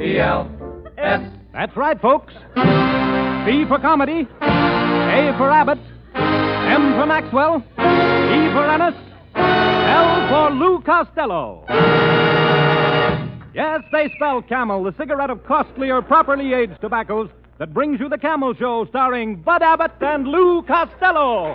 E L S. That's right, folks. B for comedy, A for Abbott, M for Maxwell, E for Ennis, L for Lou Costello. Yes, they spell Camel, the cigarette of costlier, properly aged tobaccos that brings you the Camel Show, starring Bud Abbott and Lou Costello.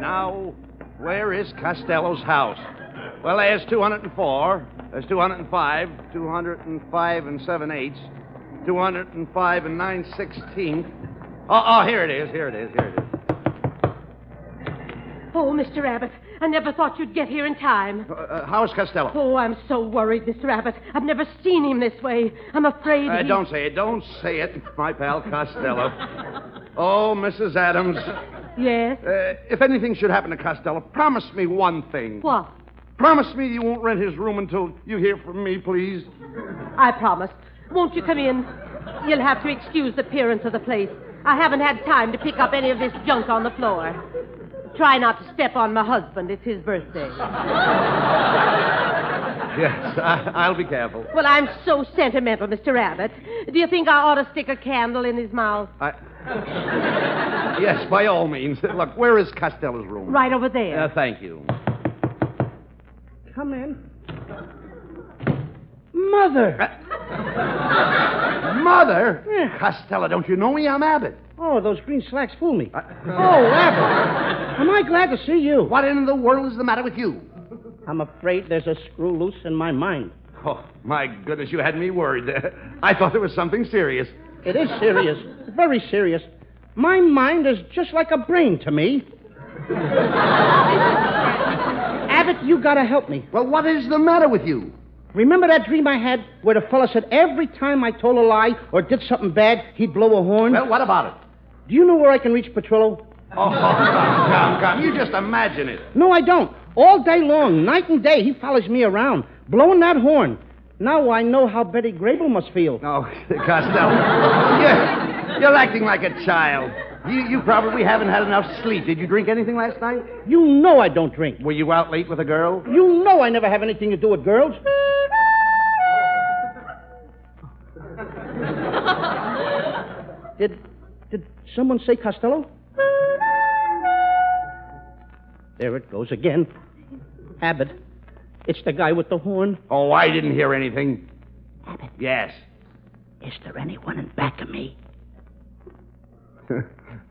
Now, where is Costello's house? Well, there's 204. There's 205, 205 and 7 eighths, 205 and 9 sixteenths. Oh, oh, here it is, here it is, here it is. Oh, Mr. Abbott, I never thought you'd get here in time. Uh, Uh, how's Costello? Oh, I'm so worried, Mr. Abbott. I've never seen him this way. I'm afraid. Uh, he- don't say it, don't say it, my pal Costello. Oh, Mrs. Adams. Uh, Yes? if anything should happen to Costello, promise me one thing. What? Promise me you won't rent his room until you hear from me, please. I promised. Won't you come in? You'll have to excuse the appearance of the place. I haven't had time to pick up any of this junk on the floor. Try not to step on my husband. It's his birthday. Yes, I, I'll be careful. Well, I'm so sentimental, Mr. Abbott. Do you think I ought to stick a candle in his mouth? I... yes, by all means. Look, where is Costello's room? Right over there. Uh, thank you. Come in. Uh, Mother! Mother? Costello, don't you know me? I'm Abbott. Oh, those green slacks fool me. Oh, Abbott. Am I glad to see you? What in the world is the matter with you? I'm afraid there's a screw loose in my mind. Oh, my goodness, you had me worried. I thought there was something serious. It is serious. Very serious. My mind is just like a brain to me. Abbott, you gotta help me. Well, what is the matter with you? Remember that dream I had where the fella said every time I told a lie or did something bad, he'd blow a horn? Well, what about it? Do you know where I can reach Petrillo? Oh, come, come, come. You just imagine it. No, I don't. All day long, night and day, he follows me around, blowing that horn. Now I know how Betty Grable must feel. Oh, Costello, you're, you're acting like a child. You, you probably haven't had enough sleep. Did you drink anything last night? You know I don't drink. Were you out late with a girl? You know I never have anything to do with girls. did did someone say Costello? There it goes again. Abbott. It's the guy with the horn. Oh, I didn't hear anything. Yes. Is there anyone in back of me?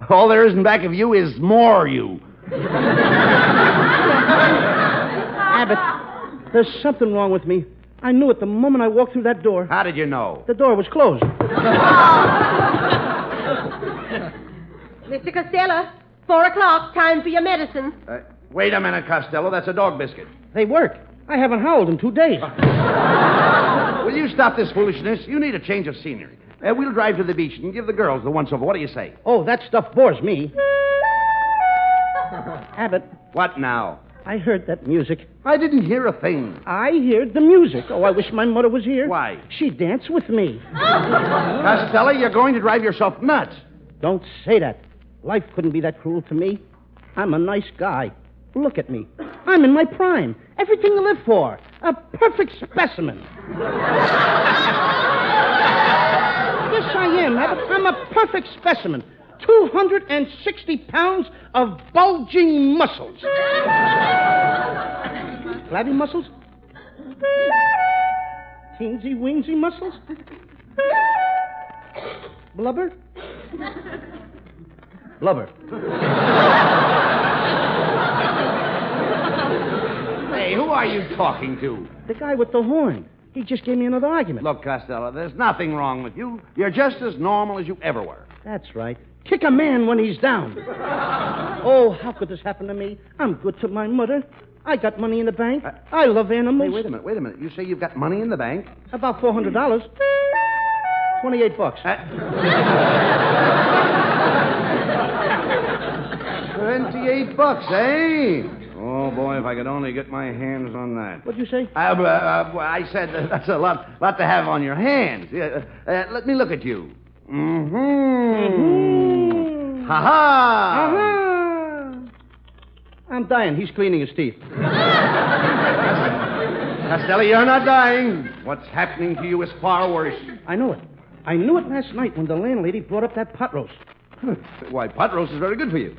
All there is in back of you is more you. Abbott, there's something wrong with me. I knew it the moment I walked through that door. How did you know? Ah, The door was closed. Mr. Costello, four o'clock, time for your medicine. Uh, wait a minute, Costello. That's a dog biscuit. They work. I haven't howled in two days. Will you stop this foolishness? You need a change of scenery. Uh, we'll drive to the beach and give the girls the once over. What do you say? Oh, that stuff bores me. Abbott, What now? I heard that music. I didn't hear a thing. I heard the music. Oh, I wish my mother was here. Why? She danced with me. Costello, you're going to drive yourself nuts. Don't say that. Life couldn't be that cruel to me. I'm a nice guy. Look at me. I'm in my prime. Everything to live for. A perfect specimen. yes, I am, Abbott. I'm a perfect specimen. 260 pounds of bulging muscles. Flabby muscles? Teensy wingsy muscles? Blubber? Blubber. Hey, who are you talking to? The guy with the horn. He just gave me another argument. Look, Costello, there's nothing wrong with you. You're just as normal as you ever were. That's right. Kick a man when he's down. oh, how could this happen to me? I'm good to my mother. I got money in the bank. Uh, I love animals. Hey, wait a minute, wait a minute. You say you've got money in the bank? About four hundred dollars. Twenty-eight bucks. Twenty-eight bucks, eh? Oh boy, if I could only get my hands on that. What'd you say? I, uh, uh, I said that- that's a lot, lot to have on your hands. Yeah, uh, uh, let me look at you. Mm-hmm. Mm-hmm. Ha ha. Ah. I'm dying. He's cleaning his teeth. Costello, you're not dying. What's happening to you is far worse. I know it. I knew it last night when the landlady brought up that pot roast. Why, pot roast is very good for you.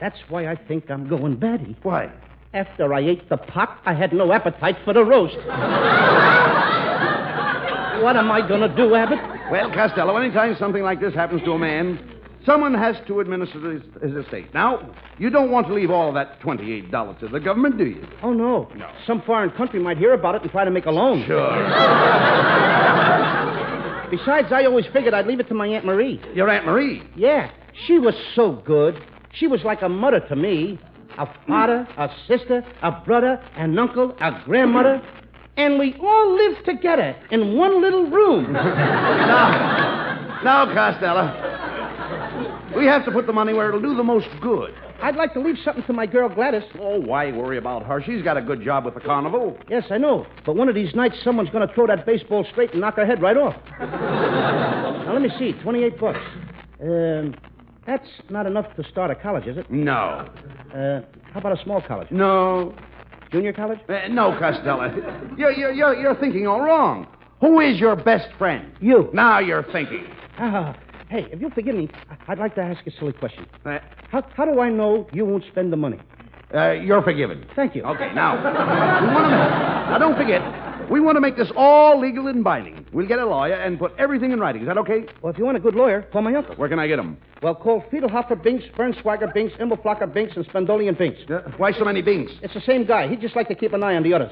That's why I think I'm going batty. Why? After I ate the pot, I had no appetite for the roast. what am I going to do, Abbott? Well, Costello, anytime something like this happens to a man, someone has to administer his, his estate. Now, you don't want to leave all of that $28 to the government, do you? Oh, no. No. Some foreign country might hear about it and try to make a loan. Sure. Besides, I always figured I'd leave it to my Aunt Marie. Your Aunt Marie. Yeah, she was so good. She was like a mother to me. A father, a sister, a brother, an uncle, a grandmother. And we all lived together in one little room. No, Costello. We have to put the money where it'll do the most good. I'd like to leave something to my girl Gladys. Oh, why worry about her? She's got a good job with the carnival. Yes, I know. But one of these nights, someone's going to throw that baseball straight and knock her head right off. now, let me see. 28 bucks. Um, that's not enough to start a college, is it? No. Uh, how about a small college? No. Junior college? Uh, no, Costello. You're, you're, you're, you're thinking all wrong. Who is your best friend? You. Now you're thinking. Ah, hey, if you'll forgive me, I- I'd like to ask a silly question. Uh, How, how do I know you won't spend the money? uh, you're forgiven. Thank you. Okay, now, we want to now don't forget, we want to make this all legal and binding. We'll get a lawyer and put everything in writing. Is that okay? Well, if you want a good lawyer, call my uncle. Where can I get him? Well, call Fiedelhofer Binks, Bernschweiger Binks, Immelflocker Binks, and Spendolian Binks. Why so many beans? It's the same guy. He'd just like to keep an eye on the others.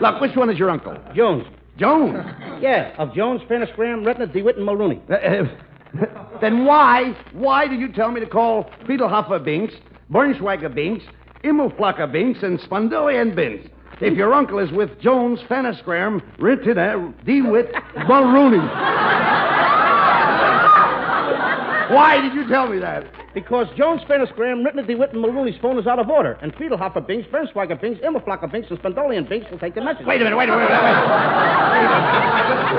Look, which one is your uncle? Jones. Jones. Yeah, of Jones, Prentice Graham, Retner, DeWitt, and Mulrooney. Uh, uh, then why, why did you tell me to call Fiedelhofer Binks, Bernschweiger Binks, Immelflocker Binks, and Spondilian Binks? If your uncle is with Jones, Fanascram, Rintina, DeWitt, Mulrooney. Why did you tell me that? Because Jones, Prentice Graham, Retner, DeWitt, and Mulrooney's phone is out of order. And Fiedelhofer Binks, Bernschweiger Binks, Immelflocker Binks, and Spendolian Binks will take the message. Wait a minute, wait a minute, wait a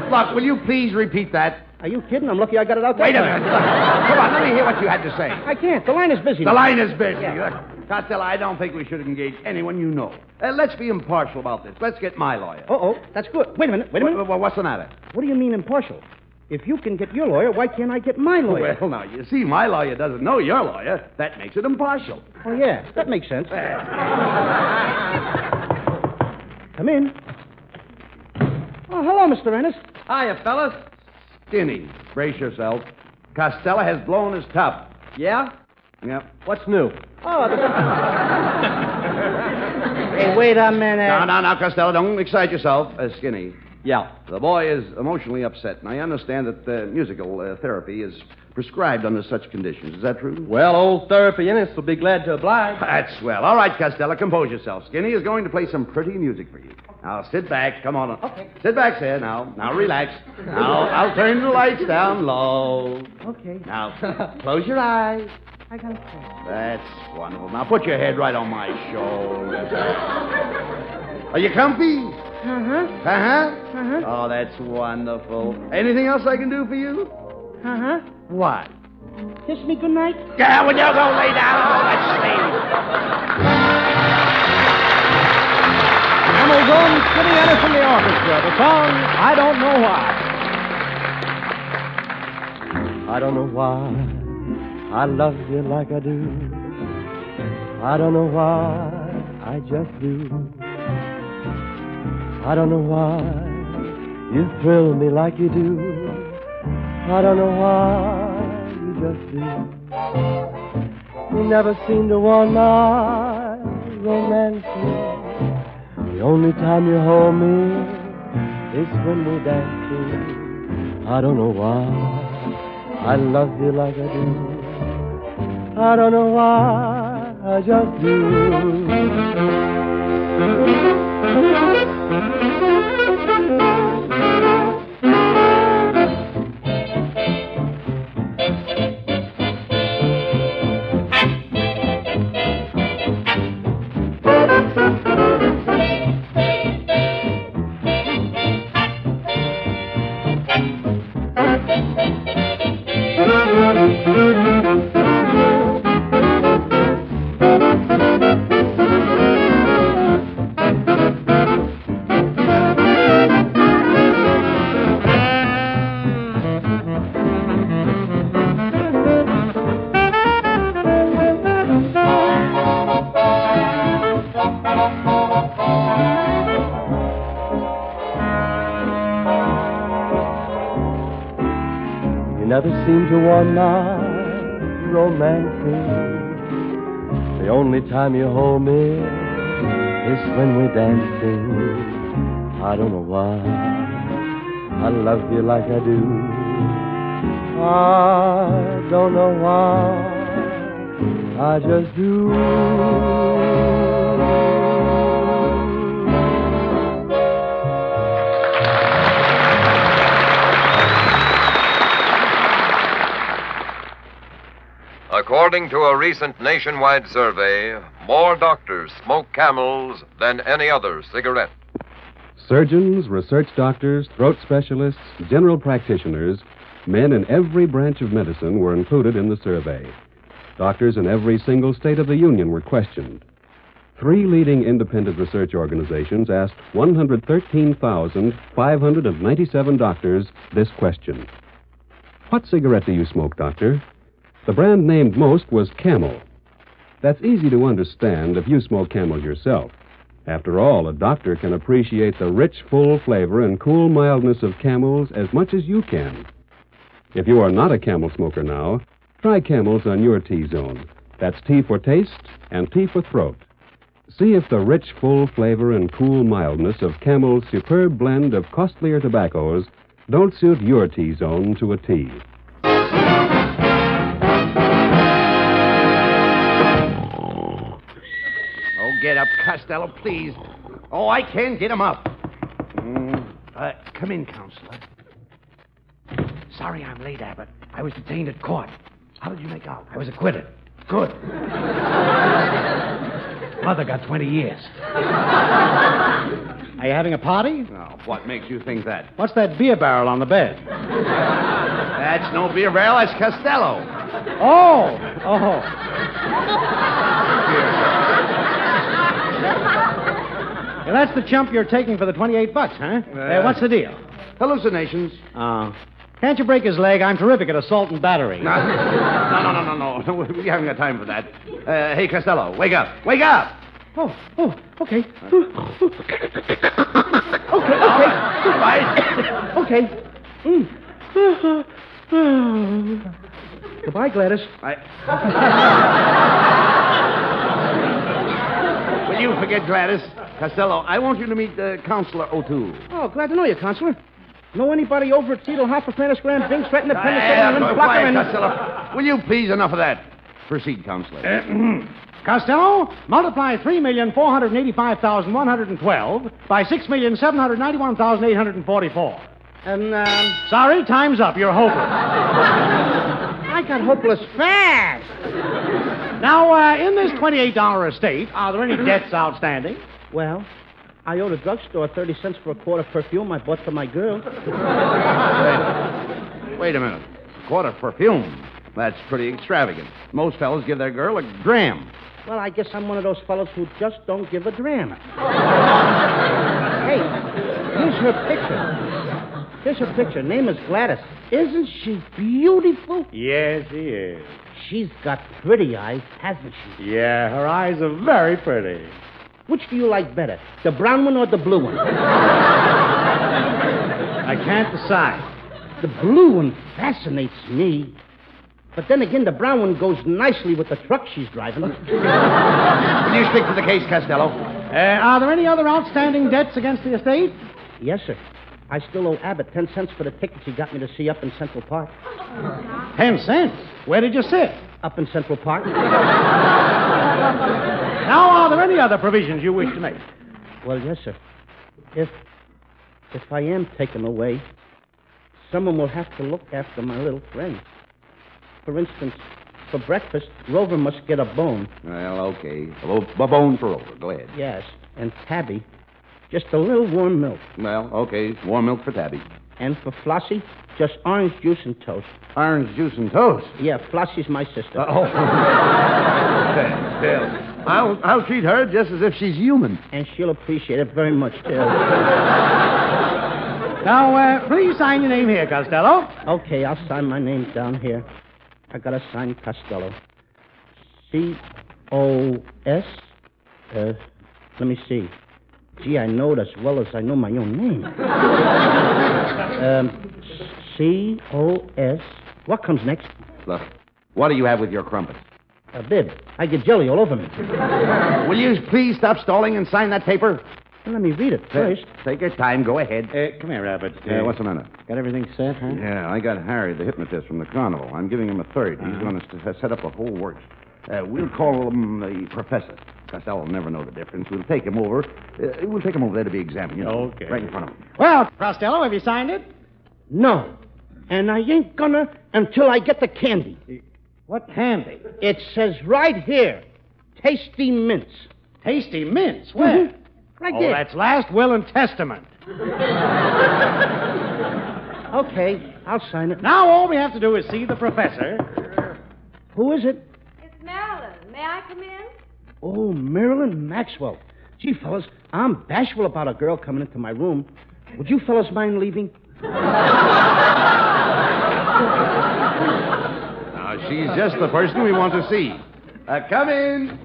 minute. Look, will you please repeat that? Are you kidding? I'm lucky I got it out there. Wait a minute. Come on, let me hear what you had to say. I can't. The line is busy. The line is busy. Look, Costello, I don't think we should engage anyone you know. Uh, let's be impartial about this. Let's get my lawyer. Uh-oh, that's good. Wait a minute, wait a minute. Wha- wha- what's the matter? What do you mean impartial? If you can get your lawyer, why can't I get my lawyer? Well, now, you see, my lawyer doesn't know your lawyer. That makes it impartial. Oh, yeah, that makes sense. Come in. Oh, hello, Mr. Ennis. Hiya, fellas. Skinny, brace yourself. Costello has blown his top. Yeah? Yep. What's new? Oh, hey, wait a minute. Now, now, now, Costello, don't excite yourself. Uh, Skinny, Yeah. The boy is emotionally upset, and I understand that uh, musical uh, therapy is prescribed under such conditions. Is that true? Well, old Therapy Innes will be glad to oblige. That's swell. All right, Costello, compose yourself. Skinny is going to play some pretty music for you. Now sit back. Come on. Okay. Sit back, sir. Now, now relax. Now I'll turn the lights down low. Okay. Now close your eyes. I got it. That's wonderful. Now put your head right on my shoulder. Are you comfy? Uh-huh, Uh huh. uh-huh, Oh, that's wonderful. Anything else I can do for you? uh-huh. What? Kiss me goodnight. Yeah, when you go lay down and all that Emil Jones, Skinny Ennis, and the orchestra. The song, I Don't Know Why. I don't know why I love you like I do. I don't know why I just do. I don't know why you thrill me like you do. I don't know why you just do. You never seem to want my romance. You only time you hold me is when we're dancing. I don't know why I love you like I do. I don't know why I just do. never seem to want my romancing. The only time you hold me is when we're dancing. I don't know why I love you like I do. I don't know why I just do. According to a recent nationwide survey, more doctors smoke camels than any other cigarette. Surgeons, research doctors, throat specialists, general practitioners, men in every branch of medicine were included in the survey. Doctors in every single state of the Union were questioned. Three leading independent research organizations asked 113,597 doctors this question What cigarette do you smoke, doctor? The brand named most was Camel. That's easy to understand if you smoke Camel yourself. After all, a doctor can appreciate the rich, full flavor and cool mildness of Camels as much as you can. If you are not a Camel smoker now, try Camels on your T zone. That's T for taste and T for throat. See if the rich, full flavor and cool mildness of Camel's superb blend of costlier tobaccos don't suit your T zone to a T. Oh, get up, Costello, please. Oh, I can get him up. Mm. Uh, come in, counselor. Sorry I'm late, Abbott. I was detained at court. How did you make out? I was acquitted. Good. Mother got 20 years. Are you having a party? No. What makes you think that? What's that beer barrel on the bed? that's no beer barrel. That's Costello. Oh. Oh. Yeah, that's the chump you're taking for the 28 bucks, huh? Uh, uh, what's the deal? Hallucinations. Uh, Oh. Can't you break his leg? I'm terrific at assault and battery. No, no, no, no, no. no. We haven't got time for that. Uh, hey, Costello, wake up. Wake up! Oh, oh, okay. okay, okay. okay. Mm. Goodbye, Gladys. I... Will you forget Gladys? Costello, I want you to meet uh, Counselor O'Toole. Oh, glad to know you, Counselor. Know anybody over at Cedar Hopper, Prentice Graham, Bing, Stratton, the Penicillin, and Blocker, and... Uh, Costello. Will you please, enough of that. Proceed, Counselor. Uh, Costello, multiply 3,485,112 by 6,791,844. And, um... Sorry, time's up. You're hopeless. I got hopeless fast. Now, uh, in this $28 estate, are there any debts outstanding? Well, I owed a drugstore 30 cents for a quart of perfume I bought for my girl. wait, wait, a minute. A quart of perfume? That's pretty extravagant. Most fellows give their girl a dram. Well, I guess I'm one of those fellows who just don't give a dram. hey, here's her picture. Here's her picture. Name is Gladys. Isn't she beautiful? Yes, she is. She's got pretty eyes, hasn't she? Yeah, her eyes are very pretty. Which do you like better, the brown one or the blue one? I can't decide. The blue one fascinates me. But then again, the brown one goes nicely with the truck she's driving. Will you speak to the case, Costello? Uh, are there any other outstanding debts against the estate? Yes, sir. I still owe Abbott 10 cents for the tickets he got me to see up in Central Park. Ten cents? Where did you sit? Up in Central Park. Now, are there any other provisions you wish to make? Well, yes, sir. If if I am taken away, someone will have to look after my little friend. For instance, for breakfast, Rover must get a bone. Well, okay. A bo- a bone for Rover. Go ahead. Yes, and Tabby, just a little warm milk. Well, okay. Warm milk for Tabby. And for Flossie, just orange juice and toast. Orange juice and toast. Uh, Yeah, Flossie's my sister. oh. Still, I'll, I'll treat her just as if she's human. And she'll appreciate it very much, too. Now, uh, please sign your name here, Costello. Okay, I'll sign my name down here. I gotta sign Costello. C O S. Uh, let me see. Gee, I know it as well as I know my own name. um, C O S. What comes next? Look, what do you have with your crumpets? A bib. I get jelly all over me. Will you please stop stalling and sign that paper? Let me read it first. Take your time. Go ahead. Uh, come here, Abbott. Yeah, what's the matter? Got everything set, huh? Yeah, I got Harry, the hypnotist from the carnival. I'm giving him a 3rd He's going to s- set up a whole works. Uh, we'll call him the professor. Costello will never know the difference. We'll take him over. Uh, we'll take him over there to be examined. You know, Okay. Right in front of him. Well, Costello, have you signed it? No. And I ain't gonna until I get the candy. What candy? It says right here Tasty Mints. Mm-hmm. Tasty mints. Where? Right oh, there. that's last will and testament. Okay, I'll sign it. Now all we have to do is see the professor. Who is it? It's Marilyn. May I come in? Oh, Marilyn Maxwell. Gee, fellas, I'm bashful about a girl coming into my room. Would you fellas mind leaving? Now, Uh, she's just the person we want to see. Uh, come in.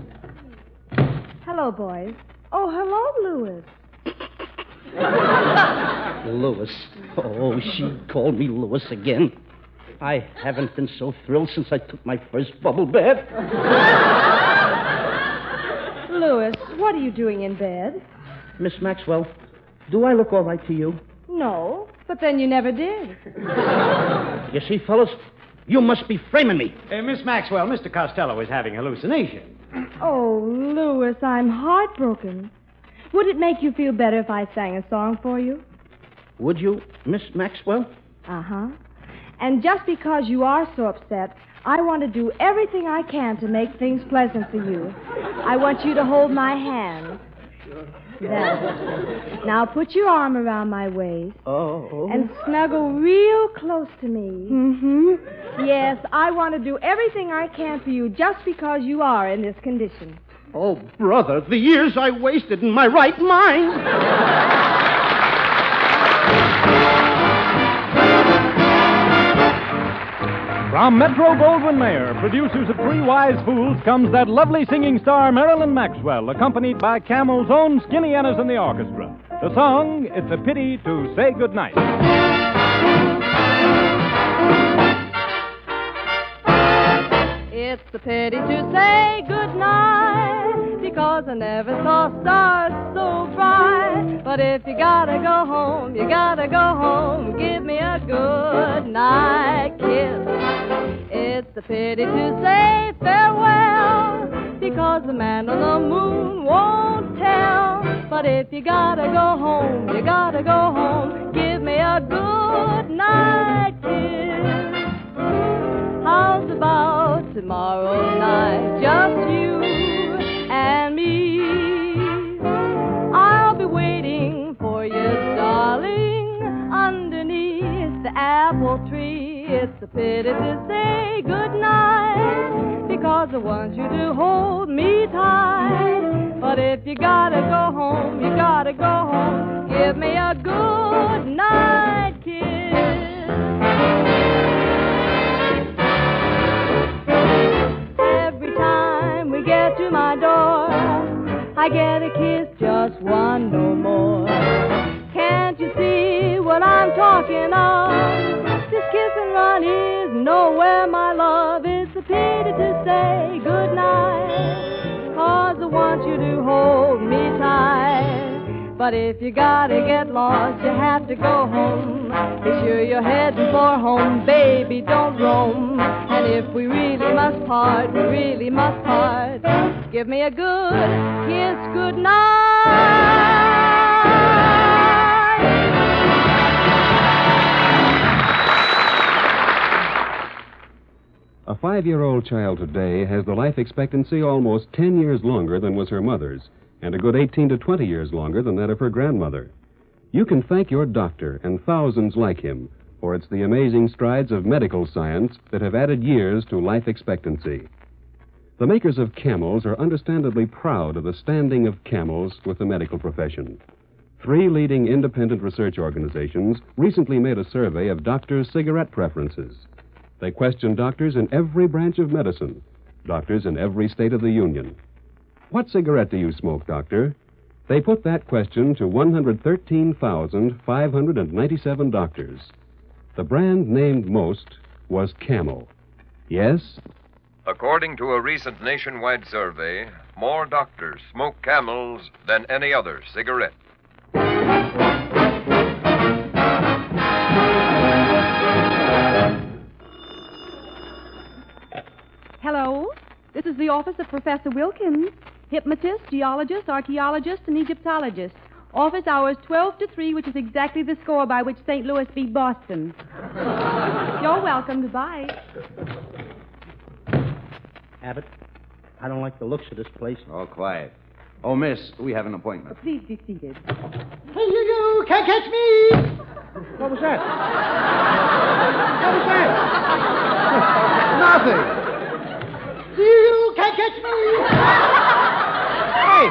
Hello, boys. Oh, hello, Louis. Lewis. Oh, she called me Lewis again. I haven't been so thrilled since I took my first bubble bath. Louis, what are you doing in bed? Miss Maxwell, do I look all right to you? No, but then you never did. You see, fellas, you must be framing me. Uh, Miss Maxwell, Mr. Costello is having hallucination. Oh, Louis, I'm heartbroken. Would it make you feel better if I sang a song for you? Would you, Miss Maxwell? Uh huh. And just because you are so upset, I want to do everything I can to make things pleasant for you. I want you to hold my hand. There. Now put your arm around my waist Oh. and snuggle real close to me. Mm-hmm. Yes, I want to do everything I can for you just because you are in this condition. Oh, brother, the years I wasted in my right mind. From Metro Goldwyn Mayer, producers of Three Wise Fools, comes that lovely singing star Marilyn Maxwell, accompanied by Camel's own Skinny Ennis and the orchestra. The song, It's a Pity to Say Goodnight. It's a pity to say goodnight because I never saw stars so bright. But if you gotta go home, you gotta go home. Give me a good night kiss. It's a pity to say farewell because the man on the moon won't tell. But if you gotta go home, you gotta go home. Give me a good night kiss. How's about tomorrow night? Just you and me. I'll be waiting for you, darling, underneath the apple tree. It's a pity to say goodnight because I want you to hold me tight. But if you gotta go home, you gotta go home. Give me a good night kiss. Every time we get to my door, I get a kiss, just one no more. Can't you see what I'm talking of? This kiss and run is nowhere, my love. It's a pity to say goodnight, cause I want you to hold me tight. But if you gotta get lost, you have to go home. Be sure you're heading for home, baby, don't roam. And if we really must part, we really must part. Give me a good kiss, good A five year old child today has the life expectancy almost 10 years longer than was her mother's, and a good 18 to 20 years longer than that of her grandmother. You can thank your doctor and thousands like him, for it's the amazing strides of medical science that have added years to life expectancy. The makers of camels are understandably proud of the standing of camels with the medical profession. Three leading independent research organizations recently made a survey of doctors' cigarette preferences. They questioned doctors in every branch of medicine, doctors in every state of the Union. What cigarette do you smoke, doctor? They put that question to 113,597 doctors. The brand named most was Camel. Yes, According to a recent nationwide survey, more doctors smoke camels than any other cigarette. Hello. This is the office of Professor Wilkins, hypnotist, geologist, archaeologist, and Egyptologist. Office hours 12 to 3, which is exactly the score by which St. Louis beat Boston. You're welcome. Goodbye. Abbott, I don't like the looks of this place. All quiet. Oh, miss, we have an appointment. Please be seated. Hey, you, you can't catch me! What was that? What was that? Nothing. You, you can't catch me! hey,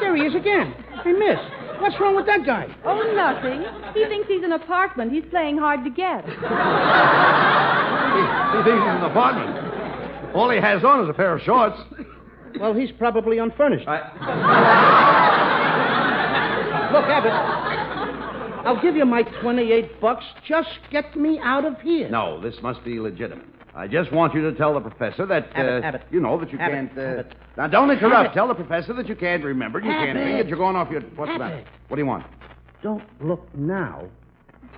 there he is again. Hey, miss, what's wrong with that guy? Oh, nothing. He thinks he's an apartment. He's playing hard to get. He thinks he's in the apartment. All he has on is a pair of shorts. Well, he's probably unfurnished. Look, Abbott, I'll give you my 28 bucks. Just get me out of here. No, this must be legitimate. I just want you to tell the professor that, uh, Abbott, Abbott. you know, that you Abbott, can't. Uh, Abbott. Now, don't interrupt. Abbott. Tell the professor that you can't remember, you can't think Abbott. it. You're going off your. What's the matter? Abbott. What do you want? Don't look now,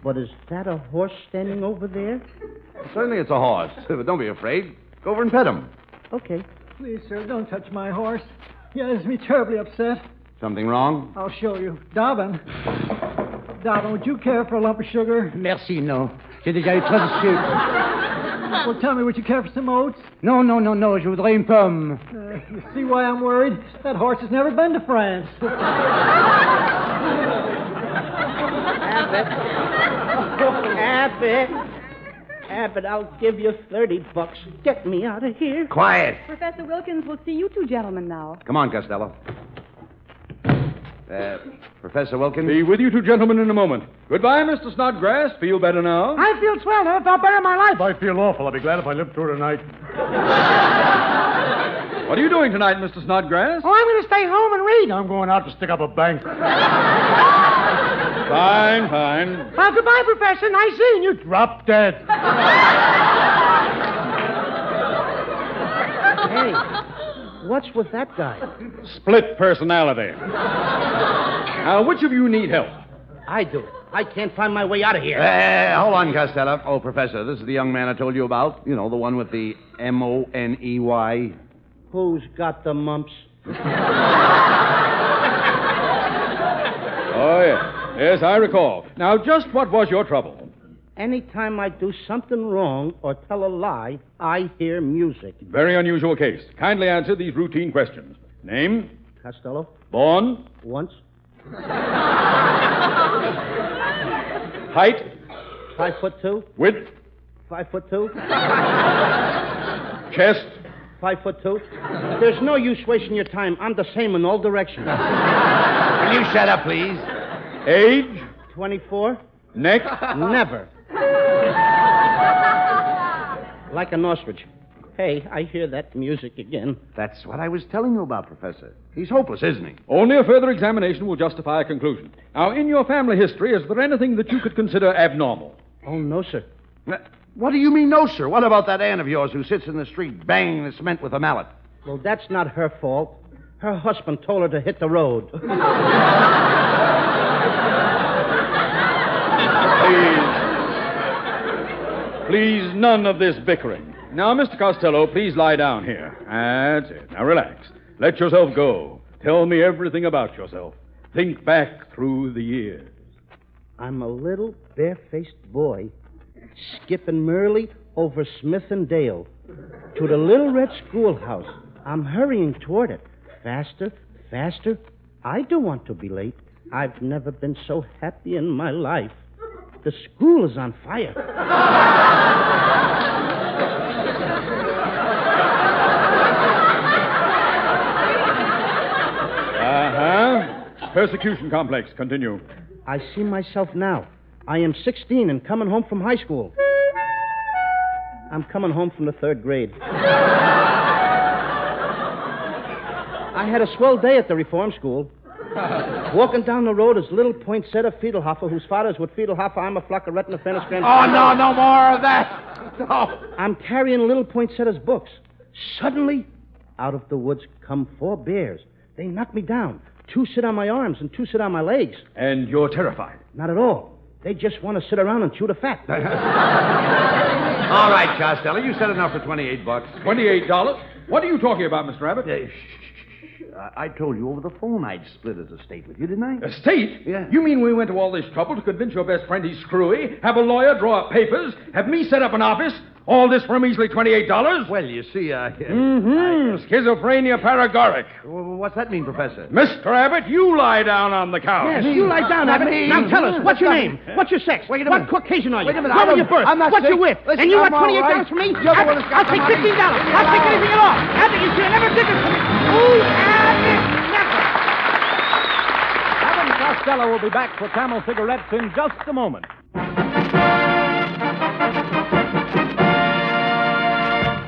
but is that a horse standing over there? Certainly, it's a horse. But don't be afraid. Go over and pet him. Okay. Please, sir, don't touch my horse. He has me terribly upset. Something wrong? Oh, I'll show you. Dobbin. Dobbin, would you care for a lump of sugar? Merci, no. J'ai déjà eu trop de Well, tell me, would you care for some oats? Non, non, non, non, je voudrais une pomme. Uh, you see why I'm worried? That horse has never been to France. Abbott. Abbott, I'll give you 30 bucks. Get me out of here. Quiet. Professor Wilkins will see you two gentlemen now. Come on, Costello. Uh, Professor Wilkins? Be with you two gentlemen in a moment. Goodbye, Mr. Snodgrass. Feel better now? I feel swell. Never felt better in my life. I feel awful. I'll be glad if I live through tonight. what are you doing tonight, Mr. Snodgrass? Oh, I'm going to stay home and read. I'm going out to stick up a bank. fine, fine. Well, goodbye, Professor. Nice seeing you. Drop dead. Hey, what's with that guy? Split personality. now, which of you need help? I do. I can't find my way out of here. Eh, hold on, Costello. Oh, Professor, this is the young man I told you about. You know, the one with the M O N E Y. Who's got the mumps? Oh, yes. Yes, I recall. Now, just what was your trouble? Anytime I do something wrong or tell a lie, I hear music. Very unusual case. Kindly answer these routine questions. Name? Costello, Born? once, Height? five foot two, Width? five foot two, Chest? five foot two. There's no use wasting your time. I'm the same in all directions. Will you shut up, please? Age? 24? Neck? Never. Like an ostrich. Hey, I hear that music again. That's what I was telling you about, Professor. He's hopeless, isn't he? Only a further examination will justify a conclusion. Now, in your family history, is there anything that you could consider abnormal? Oh, no, sir. Uh, What do you mean, no, sir? What about that aunt of yours who sits in the street banging the cement with a mallet? Well, that's not her fault. Her husband told her to hit the road. Please, none of this bickering. Now, Mr. Costello, please lie down here. That's it. Now, relax. Let yourself go. Tell me everything about yourself. Think back through the years. I'm a little barefaced boy, skipping merrily over Smith and Dale to the little red schoolhouse. I'm hurrying toward it. Faster, faster. I don't want to be late. I've never been so happy in my life. The school is on fire. Uh huh. Persecution complex. Continue. I see myself now. I am 16 and coming home from high school. I'm coming home from the third grade. I had a swell day at the reform school. Walking down the road is little poinsettia Fiedelhofer, whose fathers were Fiedelhofer, I'm a flock of retina fairness grand. Oh, no, no more of that. No. I'm carrying little poinsettia's books. Suddenly, out of the woods come four bears. They knock me down. Two sit on my arms and two sit on my legs. And you're terrified. Not at all. They just want to sit around and chew the fat. All right, Costello, you said enough for 28 bucks. $28? What are you talking about, Mr. Abbott? I told you over the phone I'd split his estate with you, didn't I? Estate? Yeah. You mean we went to all this trouble to convince your best friend he's screwy, have a lawyer draw up papers, have me set up an office, all this for a measly $28? Well, you see, I. uh, Mm hmm. Schizophrenia paragoric. Well, what's that mean, Professor? Mr. Abbott, you lie down on the couch. Yes, you lie down, Not Abbott. me. Now tell us, what's your Not name? me. What's your sex? Wait a What minute. Caucasian are you? Wait a minute, Where I were you don't- birth? I'm not What's sick. your whip? Listen, and you I'm all want $28 right. from me? You're the one Abbott, that's got I'll the take money. $15. Leave me I'll take alone. anything at all. Abbott, you should have never did this to me. Oh, Abbott, never. Abbott and Costello will be back for Camel Cigarettes in just a moment.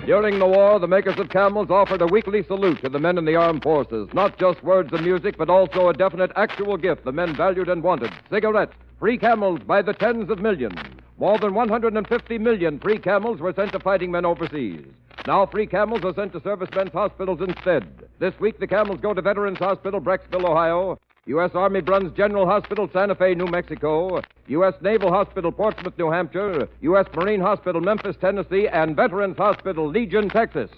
During the war, the makers of camels offered a weekly salute to the men in the armed forces. Not just words and music, but also a definite actual gift the men valued and wanted cigarettes, free camels by the tens of millions. More than 150 million free camels were sent to fighting men overseas. Now, free camels are sent to servicemen's hospitals instead. This week, the camels go to Veterans Hospital, Brecksville, Ohio, U.S. Army Bruns General Hospital, Santa Fe, New Mexico, U.S. Naval Hospital, Portsmouth, New Hampshire, U.S. Marine Hospital, Memphis, Tennessee, and Veterans Hospital, Legion, Texas.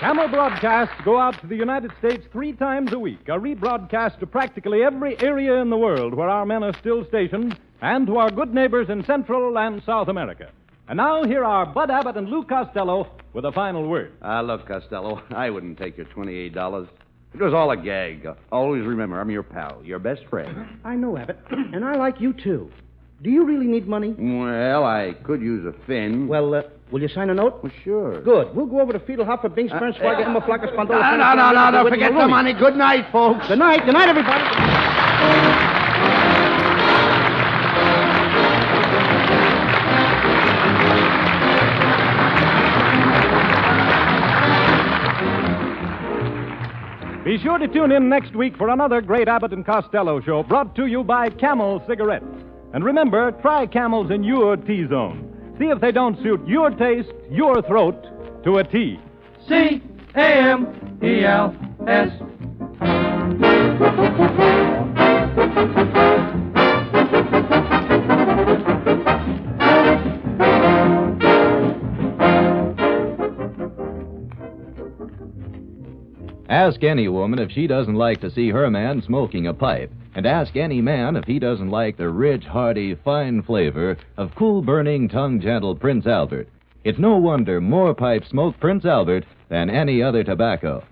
Camel broadcasts go out to the United States three times a week, are rebroadcast to practically every area in the world where our men are still stationed, and to our good neighbors in Central and South America. And now here are Bud Abbott and Lou Costello with a final word. Ah, look, Costello, I wouldn't take your $28. It was all a gag. Always remember, I'm your pal, your best friend. I know, Abbott, and I like you too. Do you really need money? Well, I could use a fin. Well, uh, will you sign a note? Well, sure. Good. We'll go over to Fiedelhofer, Bing, Spern, Swagger, Emma, Flocker, Spondola. Uh, No, no, no, no, no. Forget the money. Good night, folks. Good night. Good night, everybody. Be sure to tune in next week for another great Abbott and Costello show brought to you by Camel Cigarettes. And remember, try Camels in your T zone. See if they don't suit your taste, your throat, to a T. C A M E L S. Ask any woman if she doesn't like to see her man smoking a pipe, and ask any man if he doesn't like the rich, hearty, fine flavor of cool burning, tongue gentle Prince Albert. It's no wonder more pipes smoke Prince Albert than any other tobacco.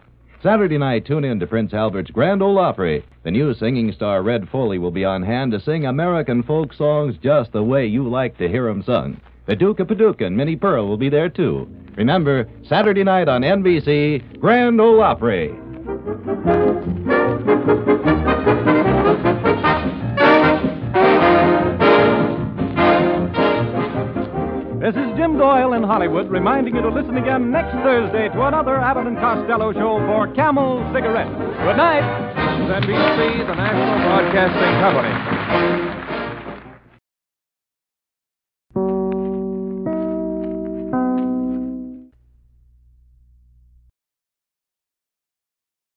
Saturday night, tune in to Prince Albert's Grand Ole Opry. The new singing star Red Foley will be on hand to sing American folk songs just the way you like to hear 'em sung. The Duke of Paducah and Minnie Pearl will be there too. Remember, Saturday night on NBC, Grand Ole Opry. This is Jim Doyle in Hollywood reminding you to listen again next Thursday to another Abbott and Costello show for Camel Cigarettes. Good night. NBC, the National Broadcasting Company.